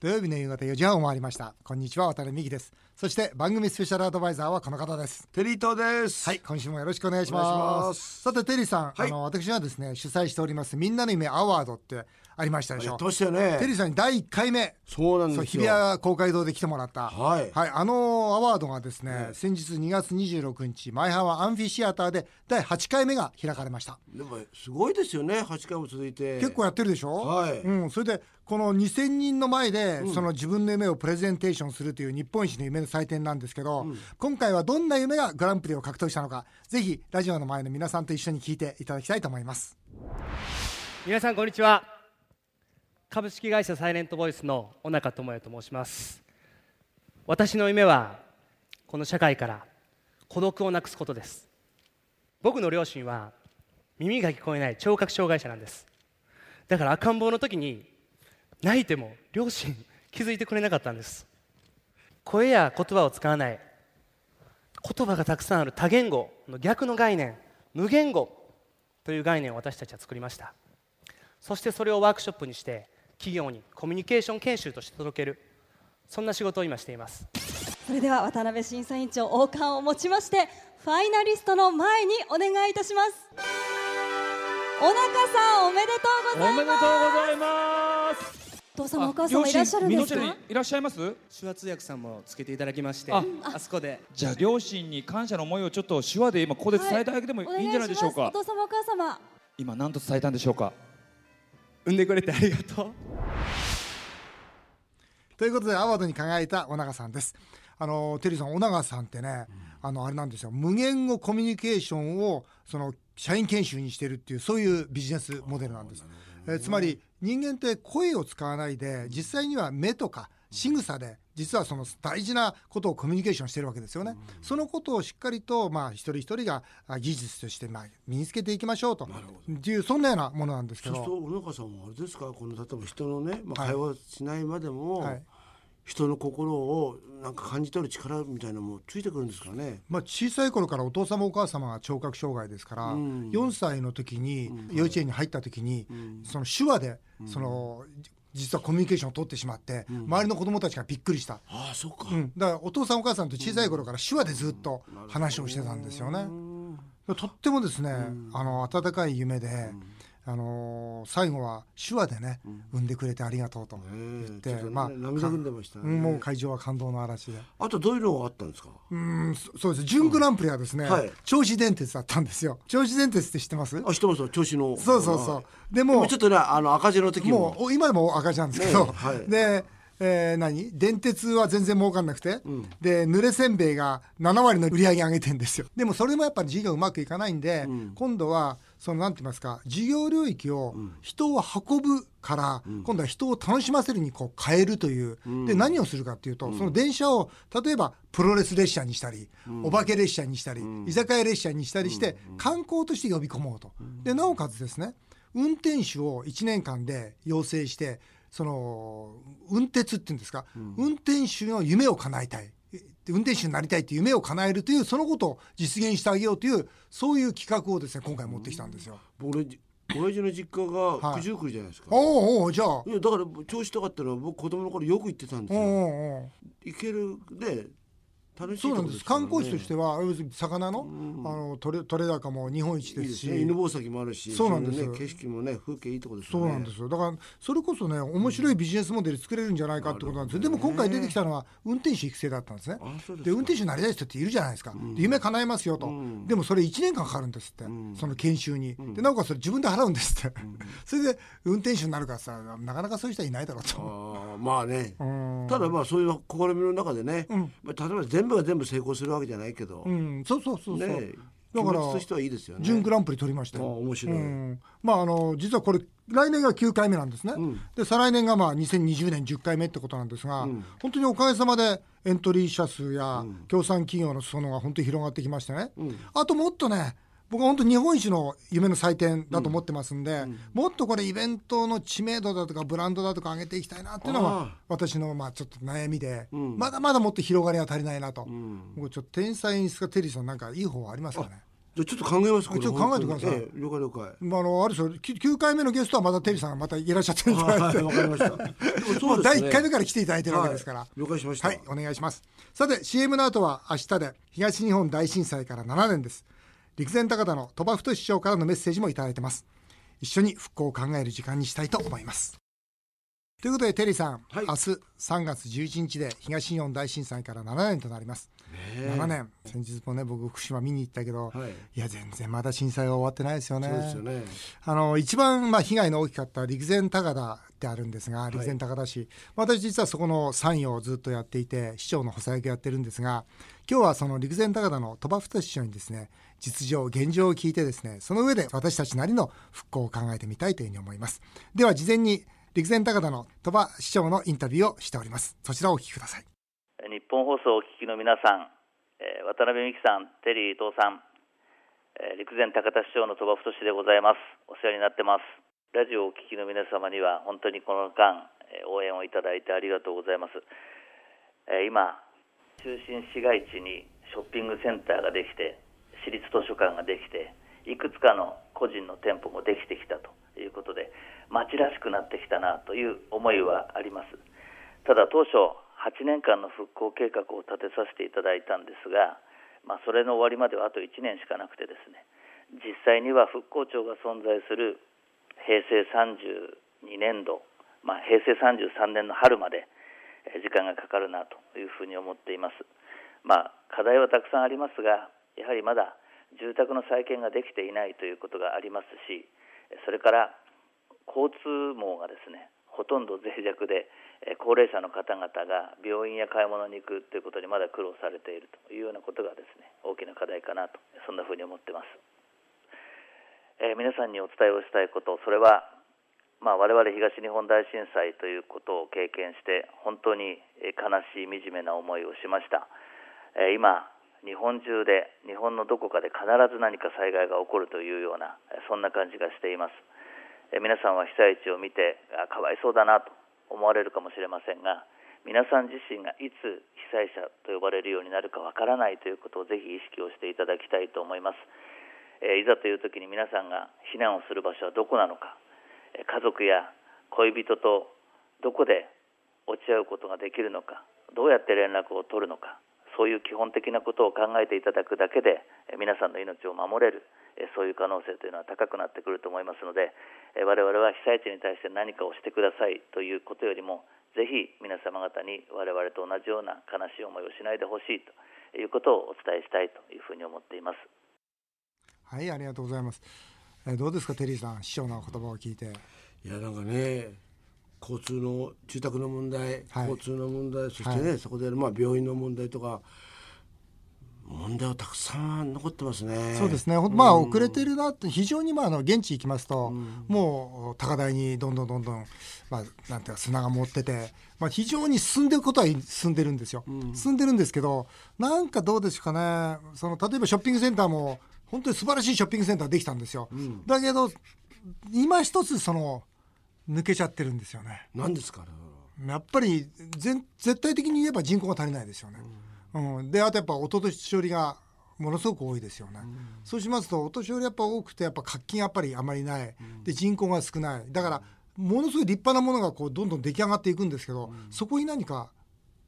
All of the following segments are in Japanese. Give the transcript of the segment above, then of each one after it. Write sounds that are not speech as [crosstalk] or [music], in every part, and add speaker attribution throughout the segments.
Speaker 1: 土曜日の夕方4時半を回りましたこんにちは渡辺美希ですそして番組スペシャルアドバイザーはこの方です
Speaker 2: テリートです。
Speaker 1: はい。今週もよろしくお願いし
Speaker 2: お願い
Speaker 1: ます
Speaker 2: します
Speaker 1: さてテリーさん、
Speaker 2: はい
Speaker 1: あの私はですね主催しておりますみんなの夢アワードってありましたでし
Speaker 2: や
Speaker 1: ょ
Speaker 2: ってましたよね。
Speaker 1: テリーさんに第1回目
Speaker 2: そうなん
Speaker 1: そう
Speaker 2: です
Speaker 1: 日
Speaker 2: よ。
Speaker 1: 比谷公会堂で来てもらった、
Speaker 2: はい
Speaker 1: あのアワードがですね、
Speaker 2: ええ
Speaker 1: 先日2月26日前浜アンフィシアターで第8回目が開かれました、
Speaker 2: でもすごいですよね。八回も続いて。
Speaker 1: 結構やってるでしょ、
Speaker 2: はい
Speaker 1: うん、それでこの2,000人の前で、その自分の夢をプレゼンテーションするという日本一の夢の祭典なんですけど、今回はどんな夢がグランプリを獲得したのかぜひラジオの前の皆さんと一緒に聞いていただきたいと思います
Speaker 3: 皆さんこんにちは株式会社サイレントボイスの小中智也と申します私の夢はこの社会から孤独をなくすことです僕の両親は耳が聞こえない聴覚障害者なんですだから赤ん坊の時に泣いても両親気づいてくれなかったんです声や言葉を使わない言葉がたくさんある多言語の逆の概念無言語という概念を私たちは作りましたそしてそれをワークショップにして企業にコミュニケーション研修として届けるそんな仕事を今しています
Speaker 4: それでは渡辺審査委員長王冠を持ちましてファイナリストの前にお願いいたしますおなかさんおめでとうございます
Speaker 5: ざいます。
Speaker 4: お父様お母様いらっしゃるんですか
Speaker 5: いらっしゃいます。
Speaker 6: 手話通訳さんもつけていただきまして
Speaker 5: あ
Speaker 6: あそこで
Speaker 5: じゃあ両親に感謝の思いをちょっと手話で今ここで伝えてあげてもいいんじゃないでしょうか。
Speaker 4: お願いしますお父様お母様
Speaker 5: 今何と伝えたんでしょうか。
Speaker 6: 産んでくれてありがとう
Speaker 1: ということでアワードに輝いた小長さんです。あのテリーさん小長さんってね、あのあれなんですよ無言語コミュニケーションをその社員研修にしてるっていうそういうビジネスモデルなんです。えーつまり人間って声を使わないで実際には目とか仕草で実はその大事なことをコミュニケーションしてるわけですよね。そのことをしっかりとまあ一人一人があ技術としてまあ身につけていきましょうとっていうそんなようなものなんですけ
Speaker 2: そうする
Speaker 1: ど。
Speaker 2: と小中さんはあれですか。この例えば人のね、まあ
Speaker 1: はい
Speaker 2: 会話しないまでも、
Speaker 1: はい
Speaker 2: 人の心をなんか感じ取る力みたいなのもついてくるんですかね。
Speaker 1: まあ、小さい頃からお父様お母様が聴覚障害ですから、
Speaker 2: うん
Speaker 1: 4歳の時に幼稚園に入った時に、その手話でその、じ実はコミュニケーションを取ってしまって、周りの子供たちがびっくりした、
Speaker 2: ああ、そうか。
Speaker 1: うん、だからお父さんお母さんと小さい頃から手話でずっと話をしてたんですよね。とってもですね、あの温かい夢で、あのー最後は手話でね、産んでくれてありがとうと言って、
Speaker 2: ええちょっとね
Speaker 1: まあ
Speaker 2: 涙ぐんでましたね
Speaker 1: うんもう会場は感動の嵐で。
Speaker 2: あとどういうのがあったんですか。
Speaker 1: うんそそうです準グランプリはですね、
Speaker 2: はい
Speaker 1: 銚子電鉄だったんですよ銚子電鉄って知ってます
Speaker 2: あ、知ってますよ。調子の。
Speaker 1: そうそうそうでも
Speaker 2: もうちょっとね、あの赤字の時
Speaker 1: も
Speaker 2: も。
Speaker 1: うお今でも赤字なんですけど、
Speaker 2: ねえはい
Speaker 1: で、えー何電鉄は全然儲かんなくて、で濡れせんべいが7割の売り上げ上げてんですよでもそれもやっぱり事業うまくいかないんで、今度はそのなんて言いますか事業領域を人を運ぶから、今度は人を楽しませるにこう変えるという、で何をするかっていうと、その電車を例えばプロレス列車にしたり、お化け列車にしたり、居酒屋列車にしたりして、観光として呼び込もうと、でなおかつですね運転手を1年間で養成してその運鉄っていうんですか、運転手の夢を叶えたいえ運転手になりたいっていう夢を叶えるというそのことを実現してあげようというそういう企画をですね今回持ってきたんですよ。
Speaker 2: 俺、親父の実家が
Speaker 1: はい
Speaker 2: 九十九じゃないですか。
Speaker 1: おうおうじゃあ
Speaker 2: いやだから調子とかってのは僕子供の頃よく行ってたんです
Speaker 1: おう
Speaker 2: よ。
Speaker 1: おうおう
Speaker 2: 行けるで楽しい
Speaker 1: そうなんです観光地として
Speaker 2: は
Speaker 1: は要するに魚の,、あの取れ取れ高も日本一
Speaker 2: いい
Speaker 1: で
Speaker 2: ですす
Speaker 1: し
Speaker 2: ね犬吠埼もあるし
Speaker 1: そうなんです
Speaker 2: のね景色もね風景いいとこです
Speaker 1: そ
Speaker 2: よね
Speaker 1: うなんですよだからそれこそね面白いビジネスモデル作れるんじゃないかってことなんですよ、でも今回出てきたのは運転手育成だったんですね
Speaker 2: あそうですか
Speaker 1: 運転手になりたい人っているじゃないですか、で夢叶えますよと、でもそれ1年間かかるんですって、その研修に、でなおかつそれ自分で払うんですって、 [laughs] それで運転手になるからさなかなかそういう人はいないだろうと、
Speaker 2: あーまあね
Speaker 1: ん
Speaker 2: ただまあそういう試みの中でね、まあ、例えば全部が全部成功するわけじゃないけど、
Speaker 1: うん、そうそうそうそう、
Speaker 2: ね
Speaker 1: だ
Speaker 2: 気
Speaker 1: か
Speaker 2: 持
Speaker 1: ら
Speaker 2: ちとしてはいいですよね
Speaker 1: 準グランプリ取りましたよ
Speaker 2: ああ面白い
Speaker 1: うんまああの実はこれ来年が9回目なんですね、で再来年がまあ2020年10回目ってことなんですが、本当におかげさまでエントリー者数や協賛企業の裾野が本当に広がってきましてね、あともっとね僕は本当日本一の夢の祭典だと思ってますんで、もっとこれイベントの知名度だとかブランドだとか上げていきたいなっていうの
Speaker 2: あ
Speaker 1: は
Speaker 2: あ
Speaker 1: 私のまあちょっと悩みで、まだまだもっと広がりが足りないなと、もうちょっと天才にすかテリーさんなんかいい方はありますかね
Speaker 2: じゃあちょっと考えますこれ
Speaker 1: ちょっと考えてください
Speaker 2: ええ了解了解
Speaker 1: まあ、あのある種き9回目のゲストはまたテリーさんがまたいらっしゃってるんじゃない
Speaker 2: [laughs] は
Speaker 1: で
Speaker 2: い
Speaker 1: す
Speaker 2: わ
Speaker 1: か
Speaker 2: かり
Speaker 1: [laughs]
Speaker 2: ましたでも
Speaker 1: も
Speaker 2: そううです
Speaker 1: 第
Speaker 2: ね
Speaker 1: 1回目から来ていただいてるわけですから、
Speaker 2: はい了解しました
Speaker 1: はい、お願いします。さて、CM の後は明日で東日本大震災から7年です。陸前高田の鳥羽太市長からのメッセージもいただいてます。一緒に復興を考える時間にしたいと思います。ということで、テリーさん、
Speaker 2: は
Speaker 1: 明
Speaker 2: い
Speaker 1: 日3月11日で東日本大震災から7年となります。7年。先日もね、僕、福島見に行ったけど、
Speaker 2: はい
Speaker 1: い、や、全然まだ震災は終わってないですよね。
Speaker 2: そうですよね
Speaker 1: あの一番まあ被害の大きかった陸前高田ってあるんですが陸前高田市、私実はそこの参与をずっとやっていて市長の補佐役やってるんですが今日はその陸前高田の鳥羽太市長にですね実情現状を聞いてですねその上で私たちなりの復興を考えてみたいというふうに思いますでは事前に陸前高田の鳥羽市長のインタビューをしておりますそちらをお聞きください
Speaker 7: 日本放送をお聞きの皆さん、えー渡辺美樹さん、テリー伊藤さん、えー陸前高田市長の鳥羽太でございます。お世話になってます。ラジオをお聞きの皆様には本当にこの間、えー応援をいただいてありがとうございます。えー今、中心市街地にショッピングセンターができて、私立図書館ができて、いくつかの個人の店舗もできてきたということで、町らしくなってきたなという思いはあります。ただ当初8年間の復興計画を立てさせていただいたんですが、まあ、それの終わりまではあと1年しかなくてですね実際には復興庁が存在する平成32年度、まあ、平成33年の春までえー時間がかかるなというふうに思っています、まあ、課題はたくさんありますがやはりまだ住宅の再建ができていないということがありますしそれから交通網がですねほとんど脆弱でえー高齢者の方々が病院や買い物に行くということにまだ苦労されているというようなことがですね大きな課題かなとそんなふうに思ってます、えー皆さんにお伝えをしたいことそれは、まあ、我々東日本大震災ということを経験して本当にえー悲しい惨めな思いをしました、えー今日本中で日本のどこかで必ず何か災害が起こるというようなえーそんな感じがしていますえー皆さんは被災地を見てあかわいそうだなと思われるかもしれませんが皆さん自身がいつ被災者と呼ばれるようになるかわからないということをぜひ意識をしていただきたいと思います、えーいざという時に皆さんが避難をする場所はどこなのかえー家族や恋人とどこで落ち合うことができるのかどうやって連絡を取るのかそういう基本的なことを考えていただくだけでえー皆さんの命を守れるえーそういう可能性というのは高くなってくると思いますのでえー我々は被災地に対して何かをしてくださいということよりもぜひ皆様方に我々と同じような悲しい思いをしないでほしいということをお伝えしたいというふうに思っています。
Speaker 1: はいありがとうございますえーどうですかテリーさん市長の言葉を聞いて
Speaker 2: いやなんかね交通の住宅の問題、
Speaker 1: はい
Speaker 2: 交通の問題そしてね、そこでまあ病院の問題とか問題はたくさん残ってますね。
Speaker 1: そうですね、ほんまあ、遅れてるなって、非常に、まあ、あの現地行きますと、もう高台にどんどんどんどん、まあ、なんていうか、砂が持ってて、まあ、非常に進んでることは進んでるんですよ、進んでるんですけど、なんかどうですかね、その例えばショッピングセンターも、本当に素晴らしいショッピングセンターできたんですよ、だけど、今一つ、その抜けちゃってるんですよね。
Speaker 2: 何ですかね。
Speaker 1: やっぱり全絶対的に言えば人口が足りないですよね。うんであとやっぱお年寄りがものすごく多いですよね。そうしますとお年寄りやっぱ多くてやっぱ活気がやっぱりあまりない、で人口が少ないだからものすごい立派なものがこうどんどん出来上がっていくんですけど、そこに何か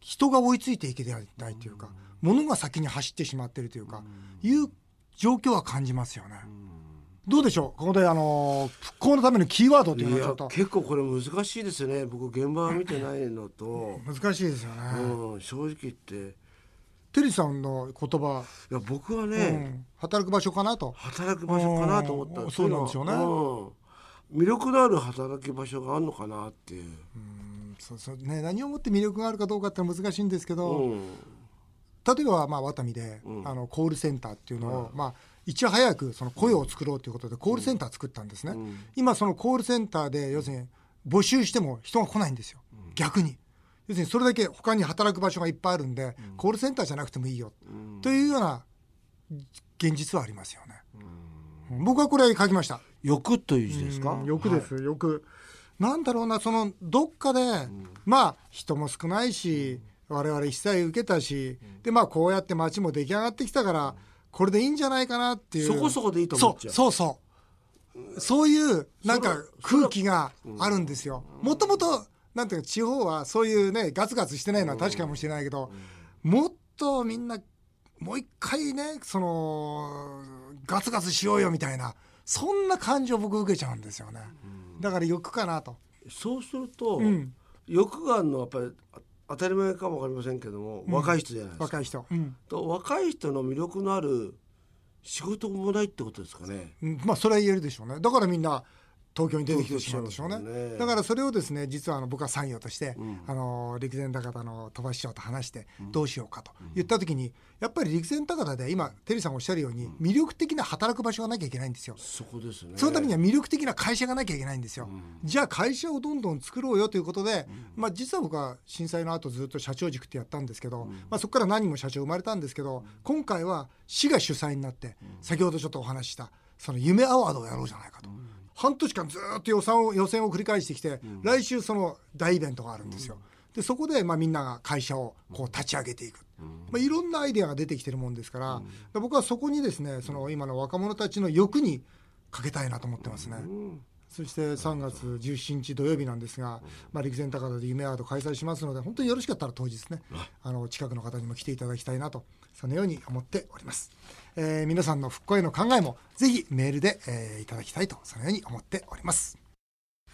Speaker 1: 人が追いついていけないというか、物が先に走ってしまってるというか、いう状況は感じますよね。どうでしょうここであの復興のためのキーワードというの
Speaker 2: い
Speaker 1: はちょ
Speaker 2: や
Speaker 1: っと
Speaker 2: 結構これ難しいですね。僕現場は見てないのと、
Speaker 1: 難しいですよね。
Speaker 2: うん、正直言ってい
Speaker 1: テリーさんの言葉、
Speaker 2: や僕はね、
Speaker 1: うん働く場所かなと。
Speaker 2: 働く場所かなと思った
Speaker 1: うんそうなんですよね
Speaker 2: うん魅力のある働き場所があるのかなっていう。
Speaker 1: そうそうね、何をもって魅力があるかどうかってのは難しいんですけど、
Speaker 2: うん
Speaker 1: 例えばまあワタミで、あのコールセンターっていうのを、まあ、いち早くその雇用を作ろうということでコールセンター作ったんですね、今そのコールセンターで要するに募集しても人が来ないんですよ、逆に要するにそれだけ他に働く場所がいっぱいあるんで、コールセンターじゃなくてもいいよ、というような現実はありますよね、僕はこれ書きました
Speaker 2: 欲という字ですか。
Speaker 1: うん欲です、欲なんだろうなそのどっかで、まあ人も少ないし、我々被災受けたし、でまあこうやって街も出来上がってきたから、これでいいんじゃないかなっていう
Speaker 2: そこそこでいいと思っちゃう
Speaker 1: そうそうそうそういうなんか空気があるんですよもともとなんていうか地方はそういうねガツガツしてないのは確かもしれないけど、もっとみんなもう一回ねそのガツガツしようよみたいなそんな感情を僕受けちゃうんですよね、だから欲かなと
Speaker 2: そうすると、
Speaker 1: ん
Speaker 2: 欲があるのはやっぱりあ当たり前かもわかりませんけども、若い人じゃないですか
Speaker 1: 若い人、うん
Speaker 2: と若い人の魅力のある仕事もないってことですかね
Speaker 1: うんまあそれは言えるでしょうねだからみんな東京に出てきてしまうんでしょうね
Speaker 2: 東京に来ちゃうんですよね
Speaker 1: だからそれをですね実はあの僕は産業として、あの陸前高田の鳥羽市長と話してどうしようかと言った時に、やっぱり陸前高田で今テリーさんがおっしゃるように魅力的な働く場所がなきゃいけないんですよ。
Speaker 2: そこですね
Speaker 1: そのためには魅力的な会社がなきゃいけないんですよ。じゃあ会社をどんどん作ろうよということで、まあ実は僕は震災の後ずっと社長塾ってやったんですけど、まあそこから何人も社長生まれたんですけど、今回は市が主催になって、先ほどちょっとお話しした、その夢アワードをやろうじゃないかと。半年間ずーっと予算を予選を繰り返してきて、来週その大イベントがあるんですよ。でそこでまあみんなが会社をこう立ち上げていく、まあ、いろんなアイデアが出てきてるもんですから、僕はそこにですねその今の若者たちの欲にかけたいなと思ってますね。そして3月17日土曜日なんですが、まあ、陸前高田で夢アート開催しますので本当によろしかったら当日ねあの近くの方にも来ていただきたいなとそのように思っております、えー皆さんの復興への考えもぜひメールで、えーいただきたいとそのように思っております、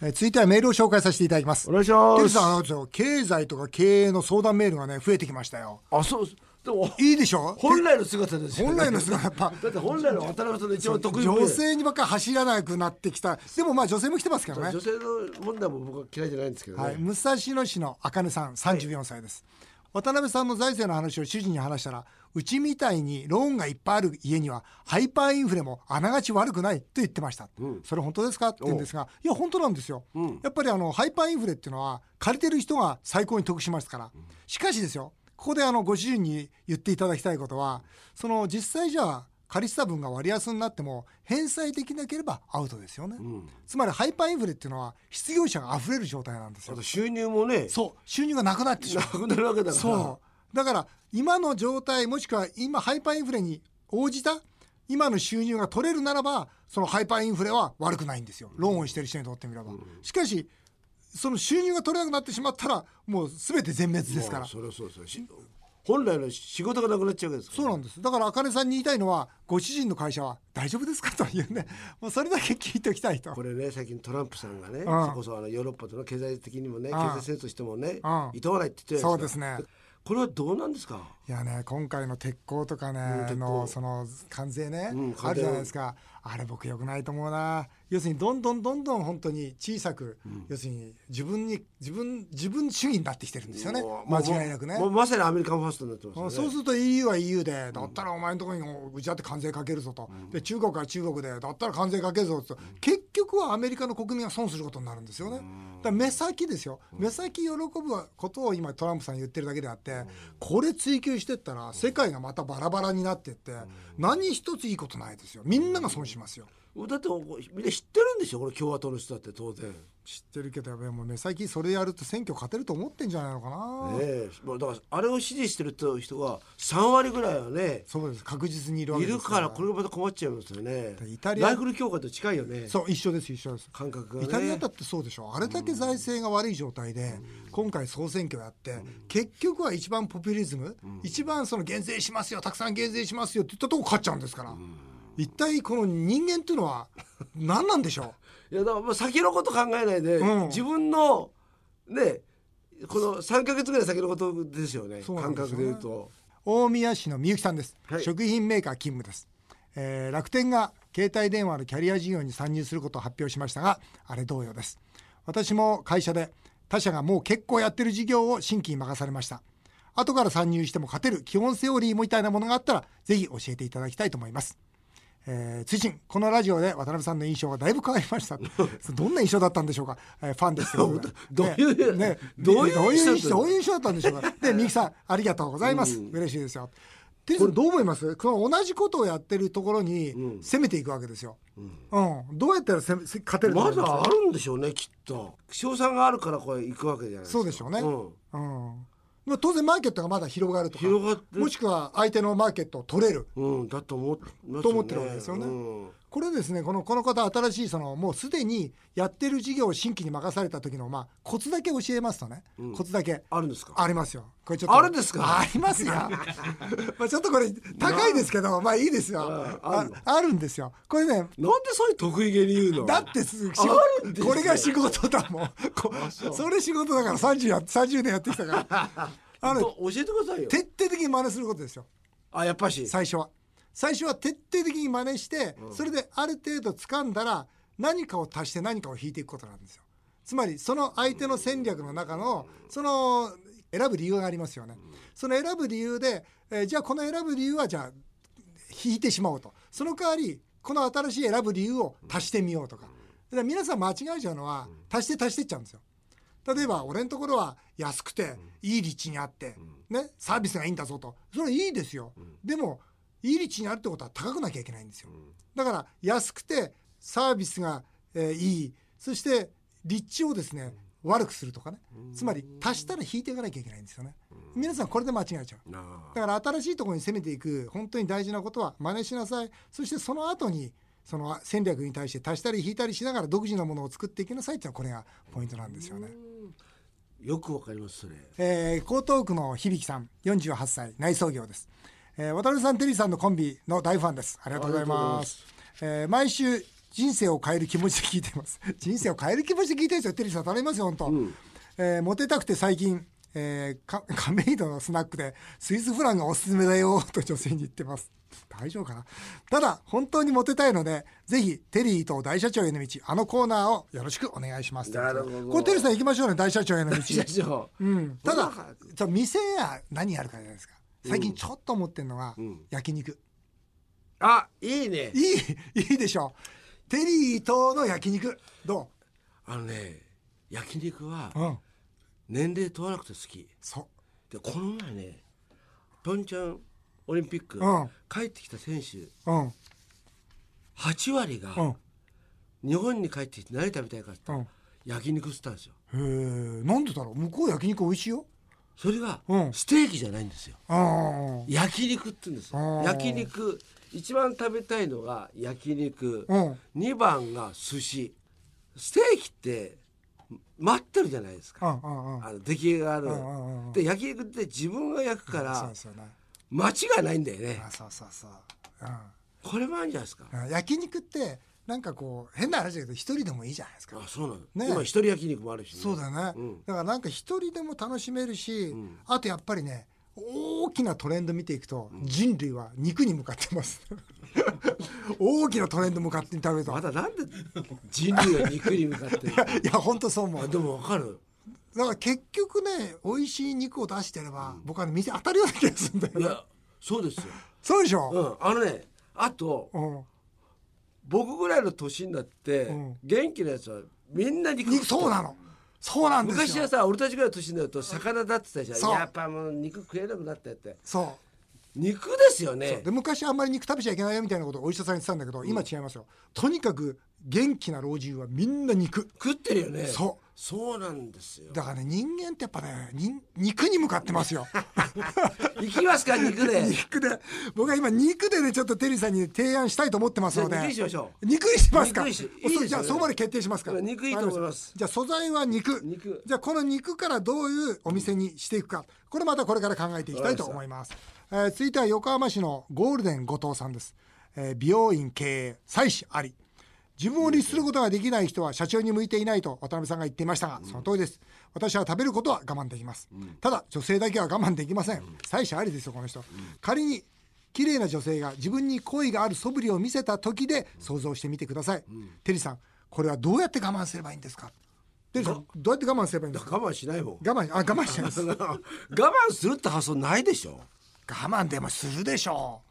Speaker 1: えー続いてはメールを紹介させていただきます
Speaker 2: お願いしま
Speaker 1: テ
Speaker 2: す
Speaker 1: ルさんあのですよ経済とか経営の相談メールがね増えてきましたよ
Speaker 2: あそうですでも
Speaker 1: いいでしょ
Speaker 2: 本来の姿ですよ、ね、
Speaker 1: 本来の姿やっぱ
Speaker 2: [laughs] だって本来の渡辺さんの一番得意分野
Speaker 1: 女性にばっかり走らなくなってきたでもまあ女性も来てますからね
Speaker 2: 女性の問題も僕は嫌いじゃないんですけどね、
Speaker 1: はい、武蔵野市の茜さん34歳です、渡辺さんの財政の話を主人に話したらうちみたいにローンがいっぱいある家にはハイパーインフレもあながち悪くないと言ってました、それ本当ですかって言うんですがいや本当なんですよ、やっぱりあのハイパーインフレっていうのは借りてる人が最高に得しますから、しかしですよここであのご主人に言っていただきたいことはその実際じゃあ借りした分が割安になっても返済できなければアウトですよね、つまりハイパーインフレっていうのは失業者が溢れる状態なんです
Speaker 2: あ
Speaker 1: よ
Speaker 2: と収入もね
Speaker 1: そう収入がなくなってしま
Speaker 2: な
Speaker 1: う
Speaker 2: くなるわけだから
Speaker 1: そうだから今の状態もしくは今ハイパーインフレに応じた今の収入が取れるならばそのハイパーインフレは悪くないんですよローンをしてる人にとってみれば、しかしその収入が取れなくなってしまったらもう全て全滅ですから
Speaker 2: それはそうですよし本来の仕事がなくなっちゃうわけですから
Speaker 1: そうなんですだから茜さんに言いたいのはご主人の会社は大丈夫ですかというねもうそれだけ聞いておきたいと
Speaker 2: これね最近トランプさんがね、
Speaker 1: ん
Speaker 2: それこそあのヨーロッパとの経済的にもね、
Speaker 1: ん
Speaker 2: 経済戦争してもね、
Speaker 1: うん
Speaker 2: いとわないって言ってる
Speaker 1: そ
Speaker 2: や
Speaker 1: う
Speaker 2: つ
Speaker 1: ですね
Speaker 2: これはどうなんですか
Speaker 1: いやね今回の鉄鋼とかね、
Speaker 2: 鉄鋼
Speaker 1: のその関税ね、
Speaker 2: うん
Speaker 1: あるじゃないですかあれ僕良くないと思うな要するにどんどんどんどん本当に小さく、要するに自分に自分自分主義になってきてるんですよね
Speaker 2: もう
Speaker 1: 間違いなくね
Speaker 2: もうまさにアメリカンファーストになってますよね
Speaker 1: そうすると EU は EU でだったらお前のところにうちだって関税かけるぞと、で中国は中国でだったら関税かけるぞと、結局はアメリカの国民が損することになるんですよね、だから目先ですよ目先喜ぶことを今トランプさん言ってるだけであって、これ追求してったら世界がまたバラバラになってって、何一ついいことないですよみんなが損しますよ、
Speaker 2: だってみんな知ってるんでしょこれ共和党の人だって当然ね
Speaker 1: 知ってるけどやべえもう目先それやると選挙勝てると思ってんじゃないのかな、
Speaker 2: えもうだからあれを支持してるって人が3割ぐらいはね
Speaker 1: そうです確実にいるわ
Speaker 2: い
Speaker 1: けで
Speaker 2: る
Speaker 1: す
Speaker 2: からこれがまた困っちゃいますよね
Speaker 1: イタリア
Speaker 2: ライフル強化と近いよね
Speaker 1: そう一緒です一緒です
Speaker 2: 感覚がね
Speaker 1: イタリアだってそうでしょあれだけ財政が悪い状態で、今回総選挙やって、結局は一番ポピュリズム、一番その減税しますよたくさん減税しますよって言ったとこ勝っちゃうんですから、一体この人間っていうのは何なんでしょ
Speaker 2: いやだからまあ先のこと考えないで、
Speaker 1: うん
Speaker 2: 自分のねこの3か月ぐらい先のことですよね
Speaker 1: そうなん
Speaker 2: 感
Speaker 1: です
Speaker 2: 覚
Speaker 1: よ
Speaker 2: で
Speaker 1: ね
Speaker 2: 言うと
Speaker 1: う大宮市のみゆきさんです、
Speaker 2: はい
Speaker 1: 食品メーカー勤務です、えー楽天が携帯電話のキャリア事業に参入することを発表しましたがあれ同様です私も会社で他社がもう結構やってる事業を新規に任されました後から参入しても勝てる基本セオリーみたいなものがあったらぜひ教えていただきたいと思いますえー、追伸このラジオで渡辺さんの印象がだいぶ変わりま
Speaker 2: [laughs]
Speaker 1: したどんな印象だったんでしょうか、えー、ファンですということで
Speaker 2: どういう
Speaker 1: ねね
Speaker 2: どういう
Speaker 1: どういう印象
Speaker 2: 印象だった
Speaker 1: どういう印象だったんでしょう [laughs] かで三木さんありがとうございます、嬉しいですよテリーさんどう思いますこの同じことをやってるところに攻めていくわけですよ、うんどうやったら攻めせ勝てると
Speaker 2: ま
Speaker 1: 思います
Speaker 2: だあるんでしょうねきっと賞賛があるからこれ行くわけじゃないですか
Speaker 1: そうでしょうね
Speaker 2: ん
Speaker 1: うんまあ当然マーケットがまだ広がるとか
Speaker 2: 広がって
Speaker 1: もしくは相手のマーケットを取れる
Speaker 2: うん、だと思ってますよね
Speaker 1: と思ってるわけですよね
Speaker 2: うん
Speaker 1: これですねこのこの方新しいそのもうすでにやってる事業を新規に任された時のまあコツだけ教えますとね、コツだけ
Speaker 2: あるんですか
Speaker 1: ありますよこれちょっと
Speaker 2: あるんですか
Speaker 1: ありますよ
Speaker 2: [laughs]
Speaker 1: まあちょっとこれ高いですけどまあいいですよ
Speaker 2: ああ
Speaker 1: あ
Speaker 2: るの
Speaker 1: あるんですよこれね
Speaker 2: なんでそういう得意げに言うの
Speaker 1: だってす仕事
Speaker 2: あるんですよ
Speaker 1: これが仕事だもんこそれ仕事だから 30, や30年やってきたからあの
Speaker 2: [laughs] と教えてくださいよ
Speaker 1: 徹底的に真似することですよ
Speaker 2: あやっぱし
Speaker 1: 最初は最初は徹底的に真似して、それである程度掴んだら何かを足して何かを引いていくことなんですよつまりその相手の戦略の中のその選ぶ理由がありますよねその選ぶ理由で、えーじゃあこの選ぶ理由はじゃあ引いてしまおうとその代わりこの新しい選ぶ理由を足してみようとかだから皆さん間違えちゃうのは足して足してっちゃうんですよ例えば俺のところは安くていい立地にあって、ね、サービスがいいんだぞとそれはいいですよ、でもいい立地にあるってことは高くなきゃいけないんですよ、だから安くてサービスが、えーいいそして立地をですね悪くするとかねつまり足したら引いていかなきゃいけないんですよね皆さんこれで間違えちゃう
Speaker 2: なあ
Speaker 1: だから新しいところに攻めていく本当に大事なことは真似しなさいそしてその後にその戦略に対して足したり引いたりしながら独自のものを作っていきなさいっていうのはこれがポイントなんですよね、
Speaker 2: よくわかりますそれ
Speaker 1: えー江東区の響さん48歳内装業です、えー渡辺さんテリーさんのコンビの大ファンですありがとうございますえー毎週人生を変える気持ちで聞いています [laughs] 人生を変える気持ちで聞いてるんですよテリーさん頼みますよ本当、えーモテたくて最近えー、か [laughs] 亀戸のスナックでスイスフランがおすすめだよと女性に言ってます大丈夫かなただ本当にモテたいのでぜひテリーと大社長への道あのコーナーをよろしくお願いします
Speaker 2: なるほど
Speaker 1: これテリーさん行きましょうね大社長への道
Speaker 2: 社長
Speaker 1: うん、ただ
Speaker 2: これは
Speaker 1: じゃあ店や何やるかじゃないですか最近ちょっと思ってるのは、焼肉
Speaker 2: あいいね
Speaker 1: いいいいでしょうテリー島の焼肉ど
Speaker 2: あのね焼肉は
Speaker 1: う、うん、
Speaker 2: 年齢問わなくて好き
Speaker 1: そう
Speaker 2: でこの前ねピョンチャンオリンピック、
Speaker 1: うん
Speaker 2: 帰ってきた選手
Speaker 1: うん
Speaker 2: 8割
Speaker 1: う
Speaker 2: が
Speaker 1: ん
Speaker 2: 日本に帰ってきて何食べたいかって言ったら焼肉って言ったんですよ
Speaker 1: へえなんでだろう向こう焼肉美味しいよ
Speaker 2: それは
Speaker 1: うん
Speaker 2: ステーキじゃないんですよ
Speaker 1: うん
Speaker 2: 焼肉って言うんですよ
Speaker 1: あー
Speaker 2: 焼肉一番食べたいのが焼肉、
Speaker 1: うん
Speaker 2: 二2番が寿司ステーキって待ってるじゃないです
Speaker 1: う
Speaker 2: か、
Speaker 1: んうんうん
Speaker 2: あの出来がある、
Speaker 1: うんうんうん
Speaker 2: で焼肉って自分が焼くか
Speaker 1: そう
Speaker 2: ら
Speaker 1: ですよね
Speaker 2: 間違いないんだよね
Speaker 1: あそうそうそう、う
Speaker 2: これもあるんじゃないですか、
Speaker 1: んうん、焼肉ってなんかこう変な話だけど一人でもいいじゃないですか
Speaker 2: あそうなの、
Speaker 1: ね
Speaker 2: 今一人焼肉もあるしね、
Speaker 1: そうだね、
Speaker 2: うん
Speaker 1: だからなんか一人でも楽しめるし、あとやっぱりね大きなトレンド見ていくと、人類は肉に向かってます [laughs] 大きなトレンド向かって食べた
Speaker 2: ま
Speaker 1: い
Speaker 2: だなんで人類が肉に向かってる
Speaker 1: [laughs] や本当そう思
Speaker 2: あ
Speaker 1: う
Speaker 2: でもわかる
Speaker 1: だから結局ね美味しい肉を出してれば、僕はね店当たるような気がするんだよ
Speaker 2: いやそうですよ
Speaker 1: そうでしょ、
Speaker 2: うんあのねあと
Speaker 1: うん
Speaker 2: 僕ぐらいの年になって、
Speaker 1: ん
Speaker 2: 元気なやつはみんな肉食っ
Speaker 1: 肉
Speaker 2: て
Speaker 1: そうなのそうなんですよ
Speaker 2: 昔はさ俺たちぐらいの年になると魚だって言ったじゃ
Speaker 1: そ
Speaker 2: ん
Speaker 1: う
Speaker 2: やっぱもう肉食えなくなったよって
Speaker 1: そう
Speaker 2: 肉ですよね
Speaker 1: で昔あんまり肉食べちゃいけないよみたいなことをお医者さんに言ってたんだけど、今違いますよとにかく元気な老人はみんな肉
Speaker 2: 食ってるよね
Speaker 1: そう
Speaker 2: そうなんですよ
Speaker 1: だからね人間ってやっぱねに肉に向かってます
Speaker 2: [laughs]
Speaker 1: よ
Speaker 2: 行きますか肉で
Speaker 1: 肉で僕は今肉でねちょっとテリーさんに提案したいと思ってますので
Speaker 2: じゃあ肉にしましょう
Speaker 1: 肉にしますか
Speaker 2: 肉にしいいですよね
Speaker 1: じゃあそこまで決定しますから
Speaker 2: 肉いいと思います
Speaker 1: じゃあ素材は肉
Speaker 2: 肉
Speaker 1: じゃあこの肉からどういうお店にしていくかこれまたこれから考えていきたいと思います、えー続いては横浜市のゴールデン後藤さんです、えー美容院経営妻子あり自分を律することができない人は社長に向いていないと渡辺さんが言っていましたが、その通りです私は食べることは我慢できます、ただ女性だけは我慢できません、妻子ありですよこの人、仮に綺麗な女性が自分に好意がある素振りを見せた時で想像してみてください、テリーさんこれはどうやって我慢すればいいんですかテリーさんどうやって我慢すればいいんですか
Speaker 2: 我慢しないもん
Speaker 1: 我慢あ我慢しちゃいます [laughs] 我
Speaker 2: 我慢するって発想ないでしょ
Speaker 1: 慢でもするでしょ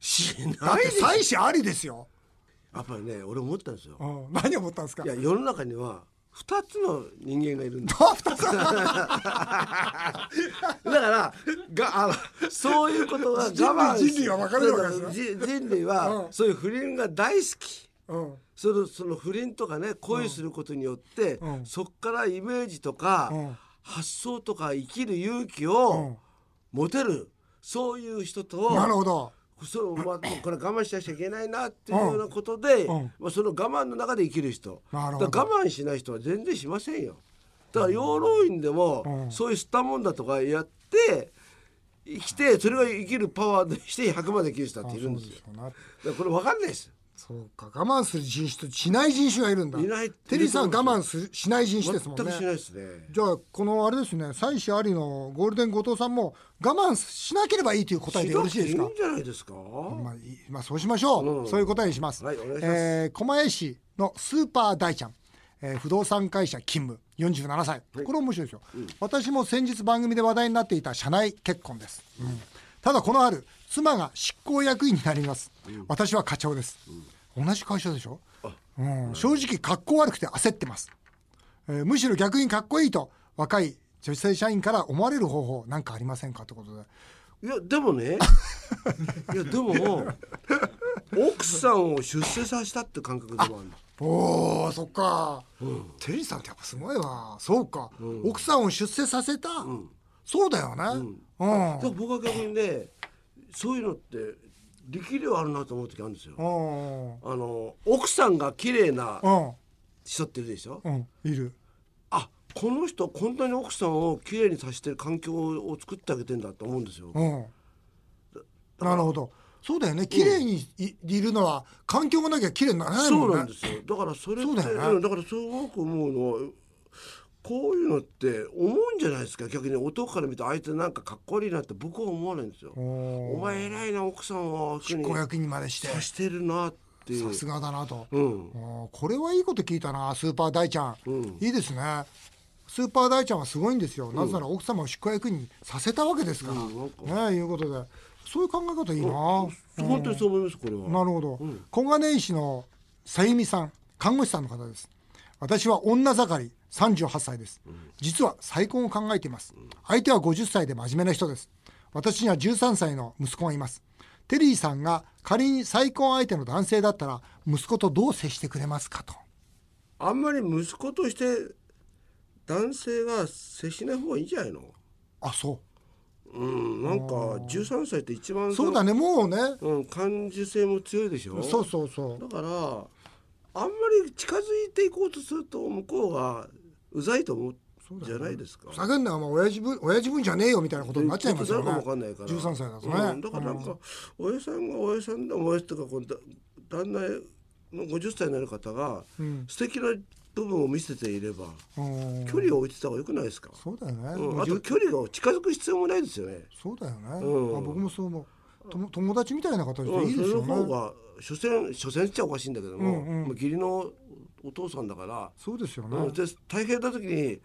Speaker 2: し
Speaker 1: うだっ
Speaker 2: な
Speaker 1: て
Speaker 2: いでしょ
Speaker 1: 妻子ありですよ、
Speaker 2: やっぱりね俺思ったんですよ
Speaker 1: うん、何思ったんですか
Speaker 2: いや世の中には二つの人間がいるん [laughs] だだからがあのそういうことが我慢
Speaker 1: 人類人類は分かれるわけです
Speaker 2: ね人類は
Speaker 1: うん
Speaker 2: そういう不倫が大好き
Speaker 1: うん
Speaker 2: そのその不倫とかね恋することによって、
Speaker 1: うん
Speaker 2: そっからイメージとか、
Speaker 1: うん
Speaker 2: 発想とか生きる勇気
Speaker 1: うん
Speaker 2: を持てるそういう人と
Speaker 1: なるほど
Speaker 2: それをまあこれは我慢しなきゃいけないなっていうようなことで、
Speaker 1: うん
Speaker 2: まあ、その我慢の中で生きる人
Speaker 1: なるほど
Speaker 2: だから我慢しない人は全然しませんよだから養老院でも、
Speaker 1: うん
Speaker 2: そういう吸ったもんだとかやって生きてそれが生きるパワーでして100まで生きる人だっているんですよ
Speaker 1: あそうしょうな
Speaker 2: だからこれ分かんないです
Speaker 1: そうか我慢する人種としない人種がいるんだ
Speaker 2: いない
Speaker 1: テリーさん
Speaker 2: いると
Speaker 1: 我
Speaker 2: 思う
Speaker 1: 慢するしない人種
Speaker 2: 全く
Speaker 1: で
Speaker 2: し
Speaker 1: すもん
Speaker 2: ない
Speaker 1: ね
Speaker 2: ですね
Speaker 1: じゃあこのあれですね妻子ありのゴールデン後藤さんも我慢しなければいいという答えでよろしいです
Speaker 2: しな
Speaker 1: か
Speaker 2: くていいんじゃないですか、
Speaker 1: まあ、いまあそうしましょう、
Speaker 2: うん
Speaker 1: そういう答えにします,、
Speaker 2: はいお願いします
Speaker 1: えー狛江市のスーパー大ちゃん、えー不動産会社勤務47歳これ面白いですよ、私も先日番組で話題になっていた社内結婚です、うんただこの春妻が執行役員になります、私は課長です、同じ会社でしょ、うん、正直格好悪くて焦ってますえーむしろ逆にかっこいいと若い女性社員から思われる方法なんかありませんかということで
Speaker 2: いやで
Speaker 1: [laughs]
Speaker 2: もねいやでも奥さんを出世させたって感覚でもあるんだ
Speaker 1: おーそっか、テリーさんってやっぱすごいわそうか、奥さんを出世させた、そうだよねうん、うん
Speaker 2: だから僕は逆にねそういうのって力量あるなと思う時あるんですよ。
Speaker 1: うん
Speaker 2: あの奥さんが綺麗な人っているでしょ。
Speaker 1: うんいる
Speaker 2: あこの人こんなに奥さんを綺麗にさせてる環境を作ってあげてんだと思うんですよ。
Speaker 1: うんなるほどそうだよね綺麗にい,、るのは環境がなきゃ綺麗にならないも
Speaker 2: そ
Speaker 1: んね
Speaker 2: うなんですよ。だからそれって
Speaker 1: そうだよね
Speaker 2: うんだからすごく思うのは。こういうのって思うんじゃないですか逆に男から見て相手なんかかっこ悪いなって僕は思わないんですよ。
Speaker 1: お
Speaker 2: お前偉いな奥さんを
Speaker 1: 執行役員にまでして
Speaker 2: さ
Speaker 1: さ
Speaker 2: してるなっていう。
Speaker 1: すがだなと、
Speaker 2: うん。
Speaker 1: おーこれはいいこと聞いたなスーパー大ちゃん、
Speaker 2: うん
Speaker 1: いいですねスーパー大ちゃんはすごいんですよ、なぜなら奥様を執行役員にさせたわけですから、
Speaker 2: うんなんか
Speaker 1: ねいうことでそういう考え方いいな、
Speaker 2: 本当にそう思いますこれは。
Speaker 1: なるほど、小金井市のさゆみさん看護師さんの方です私は女盛り38歳です、実は再婚を考えています、相手は50歳で真面目な人です私には13歳の息子がいますテリーさんが仮に再婚相手の男性だったら息子とどう接してくれますかと
Speaker 2: あんまり息子として男性は接しない方がいいんじゃないの
Speaker 1: あそ
Speaker 2: うんなんか13歳って一番
Speaker 1: うそうだねもうね
Speaker 2: の、うん、感受性も強いでしょ
Speaker 1: そうそうそう
Speaker 2: だからあんまり近づいていこうとすると向こうがうざいと思うんじゃないですか
Speaker 1: ふざけんなよお前親父分親父分じゃねえよみたいなことになっちゃいますよね
Speaker 2: ちょっとなるかもわかんないから
Speaker 1: 13歳だとね、
Speaker 2: うんだからなんか親さんが親さんで親とかこうだ旦那の50歳になる方が
Speaker 1: ん
Speaker 2: 素敵な部分を見せていれば、
Speaker 1: うん
Speaker 2: 距離を置いてた方が良くないですか、
Speaker 1: そうだよね、
Speaker 2: うん、
Speaker 1: もう
Speaker 2: あと距離が近づく必要もないですよね。
Speaker 1: そうだよね、
Speaker 2: うん
Speaker 1: あ僕もそう思うとも友達みたいな形
Speaker 2: う
Speaker 1: でい
Speaker 2: ん、
Speaker 1: い
Speaker 2: そ
Speaker 1: ですよ
Speaker 2: の
Speaker 1: ね、
Speaker 2: 方が所詮所詮っちゃおかしいんだけども、
Speaker 1: うんうん
Speaker 2: まあ義理のお父さんだから、
Speaker 1: そうですよね、
Speaker 2: うん、で大変な時に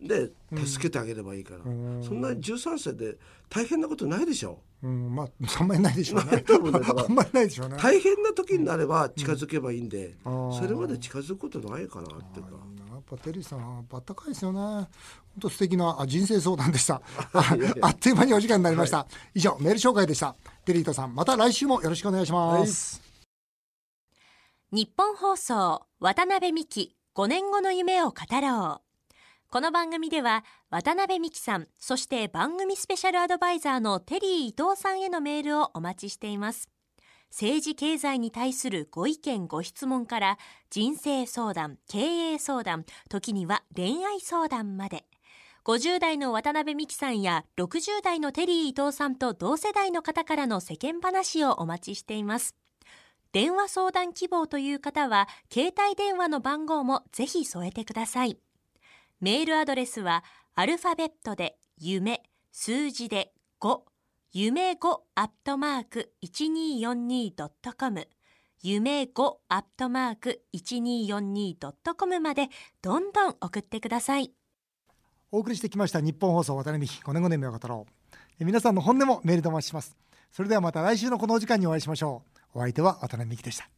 Speaker 2: で助けてあげればいいから、
Speaker 1: ん
Speaker 2: そんな13歳で大変なことないでしょ
Speaker 1: うん、まあ [laughs] あんまりないでしょう
Speaker 2: [laughs] ない
Speaker 1: ね
Speaker 2: と思うんだから
Speaker 1: あんまりないでしょうね
Speaker 2: 大変な時になれば近づけばいいんで、
Speaker 1: うんあー
Speaker 2: それまで近づくことないかなっていうか、
Speaker 1: やっぱテリーさんはあったかいですよね本当素敵なあ人生相談でした
Speaker 2: [laughs]
Speaker 1: あ [laughs] あっという間にお時間になりました、以上メール紹介でしたテリーとさんまた来週もよろしくお願いします、
Speaker 8: 日本放送渡辺美希5年後の夢を語ろうこの番組では渡辺美希さんそして番組スペシャルアドバイザーのテリー伊藤さんへのメールをお待ちしています政治経済に対するご意見ご質問から人生相談経営相談時には恋愛相談まで50代の渡辺美希さんや60代のテリー伊藤さんと同世代の方からの世間話をお待ちしています電話相談希望という方は、携帯電話の番号もぜひ添えてください。メールアドレスは、アルファベットで、夢、数字で5、夢5アットマーク 1242.com、夢5アットマーク 1242.com まで、どんどん送ってください。
Speaker 1: お送りしてきました日本放送渡辺美希5年5年目を語ろうえ皆さんの本音もメールでお待ちしますそれではまた来週のこのお時間にお会いしましょうお相手は渡辺美希でした